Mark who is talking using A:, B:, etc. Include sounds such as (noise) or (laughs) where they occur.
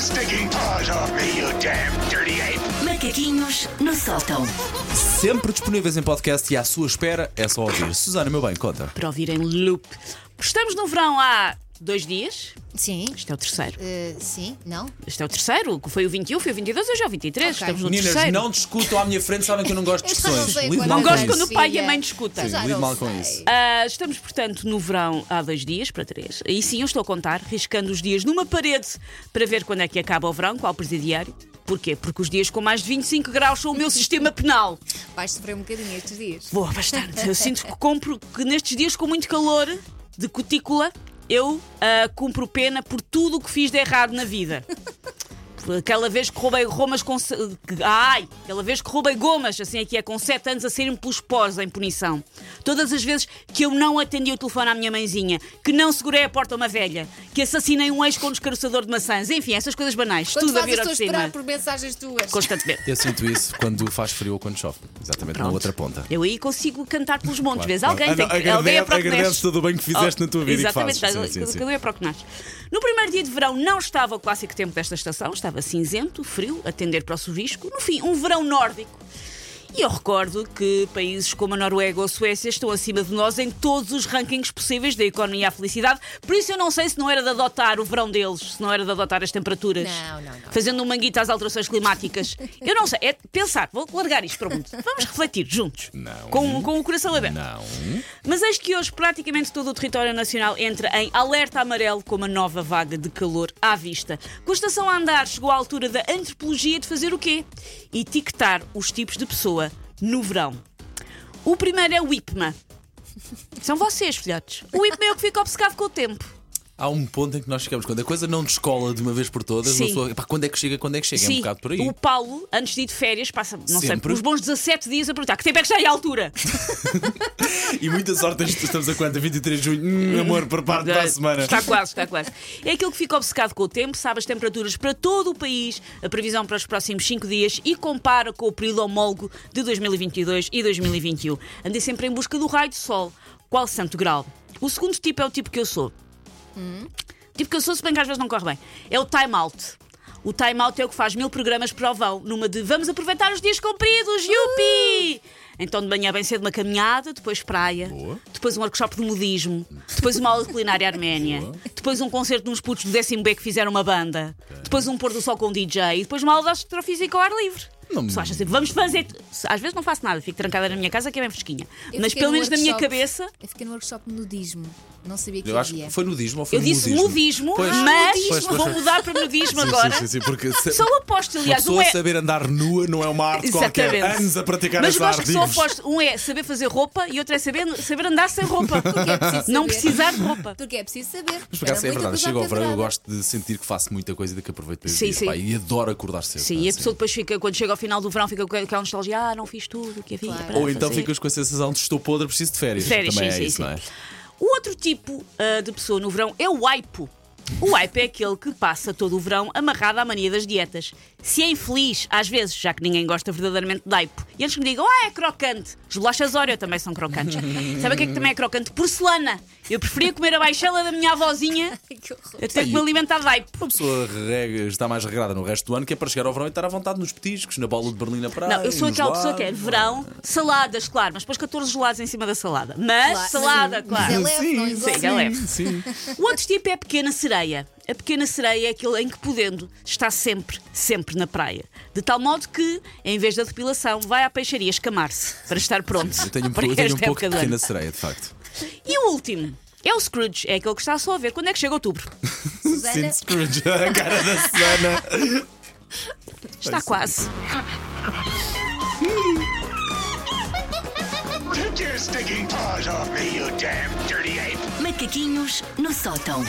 A: stinking paws off me, you damn dirty ape!
B: Macaquinhos no sótão.
C: Sempre disponíveis em podcast e à sua espera é só ouvir. Susana, meu bem, conta.
D: para ouvirem loop. Estamos no verão há dois dias.
E: Sim.
D: Este é o terceiro.
E: Eh, sim, não? (laughs)
D: Este é o terceiro. que Foi o 21, foi o 22, hoje é o 23.
E: Ok.
D: Estamos no
C: Meninas,
D: terceiro.
C: não discutam à minha frente, sabem que eu não gosto de
E: Eu só não
C: discussões.
E: sei
C: Lido
E: quando é
C: mal
D: Não
C: com
D: gosto
C: isso.
D: quando é o pai e a mãe discutem.
E: Eu já
C: Lido
E: não
C: mal com
E: sei.
C: isso.
D: Ah, estamos, portanto, no verão há dois dias, para três. E sim, eu estou a contar, riscando os dias numa parede para ver quando é que acaba o verão, qual presidiário. Porquê? Porque os dias com mais de 25 graus são o meu sistema penal.
E: Vais sofrer um bocadinho estes dias.
D: Boa, bastante. Eu sinto que compro que nestes dias com muito calor de cutícula, eu ah, cumpro pena por tudo o que fiz de errado na vida. Por Aquela vez que roubei romas com. se- que- Ai! Aquela vez que roubei gomas, assim aqui é, com 7 anos a serem pelos pós em punição. Todas as vezes que eu não atendi o telefone à minha mãezinha, que não segurei a porta a uma velha, que assassinei um ex com um descaroçador de maçãs, enfim, essas coisas banais.
E: Quando
D: tudo a
E: fazes
D: vir
E: estou
D: ao
E: a
D: de
E: esperar
D: cima.
E: por mensagens tuas.
D: Constantemente.
C: Eu sinto isso quando faz frio ou quando chove. Exatamente, na
D: Pronto.
C: outra ponta.
D: Eu aí consigo cantar pelos montes,
C: Claro,
D: vês?
C: claro.
D: Alguém
C: Ah,
D: tem
C: não,
D: que.
C: agrade-
D: alguém é para o que
C: agradeces
D: nasce.
C: todo o bem que fizeste na tua vida e que
D: Exatamente,
C: fazes.
D: estás-
C: Sim, sim, sim.
D: alguém é para o que nasce. No primeiro dia de verão não estava o clássico tempo desta estação, estava cinzento, frio, a tender para o sorrisco. No fim, um verão nórdico. E eu recordo que países como a Noruega ou a Suécia estão acima de nós em todos os rankings possíveis da economia à felicidade. Por isso eu não sei se não era de adotar o verão deles, se não era de adotar as temperaturas.
E: Não, não, não.
D: Fazendo um manguito às alterações climáticas. Eu não sei, é pensar, vou largar isto para o mundo. Vamos refletir juntos.
C: Não.
D: Com, com o coração aberto.
C: Não.
D: Mas eis que hoje praticamente todo o território nacional entra em alerta amarelo com uma nova vaga de calor à vista. Com a estação a andar, chegou a altura da antropologia de fazer o quê? Etiquetar os tipos de pessoa no verão. O primeiro é o IPMA. São vocês, filhotes. O IPMA é o que fica obcecado com o tempo.
C: Há um ponto em que nós chegamos. Quando a coisa não descola de uma vez por todas,
D: Sim.
C: uma pessoa, "Epá, quando é que chega, quando é que chega? É um bocado por aí.
D: o Paulo, antes de ir de férias, passa, não sei,
C: Sempre.
D: uns bons 17 dias a perguntar que tempo é que está aí
C: (laughs)
D: à altura?
C: E muita sorte, estamos a quanto? A 23 de junho. Hum, amor, prepara-te para a semana.
D: Está quase, está quase. É aquilo que fica obcecado com o tempo, sabe as temperaturas para todo o país, a previsão para os próximos 5 dias e compara com o período homólogo de 2022 e 2021. Andei sempre em busca do raio de sol. Qual santo grau? O segundo tipo é o tipo que eu sou. Tipo que eu sou, se bem que às vezes não corre bem. É o time out. O time out é o que faz mil programas para o vão, numa de vamos aproveitar os dias compridos, yupi! Então de manhã bem cedo uma caminhada, depois praia,
C: Uh! Boa.
D: depois um workshop de modismo, depois uma aula de culinária arménia, depois um concerto de uns putos do décimo B que fizeram uma banda, depois um pôr do sol com um DJ e depois uma aula de astrofísica ao ar livre.
C: Não me-
D: Pessoal, acha assim, vamos fazer. Às vezes não faço nada, fico trancada na minha casa que é bem fresquinha.
E: Eu
D: Mas
E: fiquei
D: pelo
E: num
D: menos na minha
E: workshop-
D: cabeça
E: Eu fiquei no workshop de nudismo. Não sabia que
C: Eu acho
E: havia.
C: que foi nudismo ou foi
D: eu disse
C: modismo?
D: modismo,
C: Pois.
D: mas
C: Pois, pois,
D: vou
C: pois.
D: mudar para modismo
C: Sim,
D: agora.
C: Sim, sim, sim, porque se-
D: Sou o oposto,
C: uma
D: aliás, um
C: pessoa
D: é.
C: saber andar nua não é uma arte qualquer.
D: Exatamente.
C: Anos a praticar
D: Mas
C: essa
D: gosto
C: arte.
D: que sou oposto. Um é saber fazer roupa e outro é saber, saber andar sem
C: (laughs)
D: roupa.
E: é preciso
D: Não
E: saber.
D: precisar de roupa.
E: Porque é preciso saber.
C: Mas por acaso é
E: Era muita
C: verdade,
E: coisa
C: chego ao verão, eu
E: atrasada.
C: gosto de sentir que faço muita coisa e que aproveito para
D: Sim,
C: viver.
D: sim.
C: pá, E adoro acordar cedo.
D: Sim,
C: pá,
D: e a pessoa depois fica, quando chega ao final do verão, fica com aquela nostalgia: ah, não fiz tudo o que havia.
E: Claro.
D: para
C: Ou então
D: fazer.
C: ficas com a sensação de estou podre, preciso de férias.
D: Férias,
C: Também
D: sim,
C: é
D: sim,
C: isso,
D: sim.
C: não é?
D: O outro tipo ah, de pessoa no verão é o aipo. O aipo é aquele que passa todo o verão amarrado à mania das dietas. Se é infeliz, às vezes, já que ninguém gosta verdadeiramente de aipo. E eles que me digam, ah, é crocante. As bolachas Oreo também são crocantes. Sabe o que é que também é crocante? Porcelana. Eu preferia comer a baixela da minha avózinha
E: (laughs) Que horror.
D: até que me alimentar de aipo.
C: Uma pessoa rega- está mais regrada no resto do ano que é para chegar ao verão e estar à vontade nos petiscos, na bola de Berlim na praia.
D: Não, eu sou
C: nos
D: aquela pessoa
C: lados.
D: que é verão, saladas, claro, mas depois 14 gelados em cima da salada. Mas
E: Claro.
D: salada, claro.
E: Mas é leve, não
C: Ah, Sim,
E: engorda.
D: Sim, é leve. (laughs)
C: Sim.
D: O outro tipo é a pequena sereia. A pequena sereia é aquele em que, podendo, está sempre, sempre na praia. De tal modo que, em vez da depilação, vai à peixaria escamar-se para estar pronto.
C: Eu
D: (laughs)
C: tenho um,
D: para
C: pouco- eu tenho um
D: esta
C: pouco de
D: época do ano.
C: pequena sereia, de facto.
D: E o último é o Scrooge, é aquele que está só a ver quando é que
C: (laughs)
D: chega outubro.
E: Susana,
C: Sinto Scrooge, a cara da Susana.
D: Está quase.
A: Take your stinking paws off me, you damn dirty ape!
B: Macaquinhos no sótão.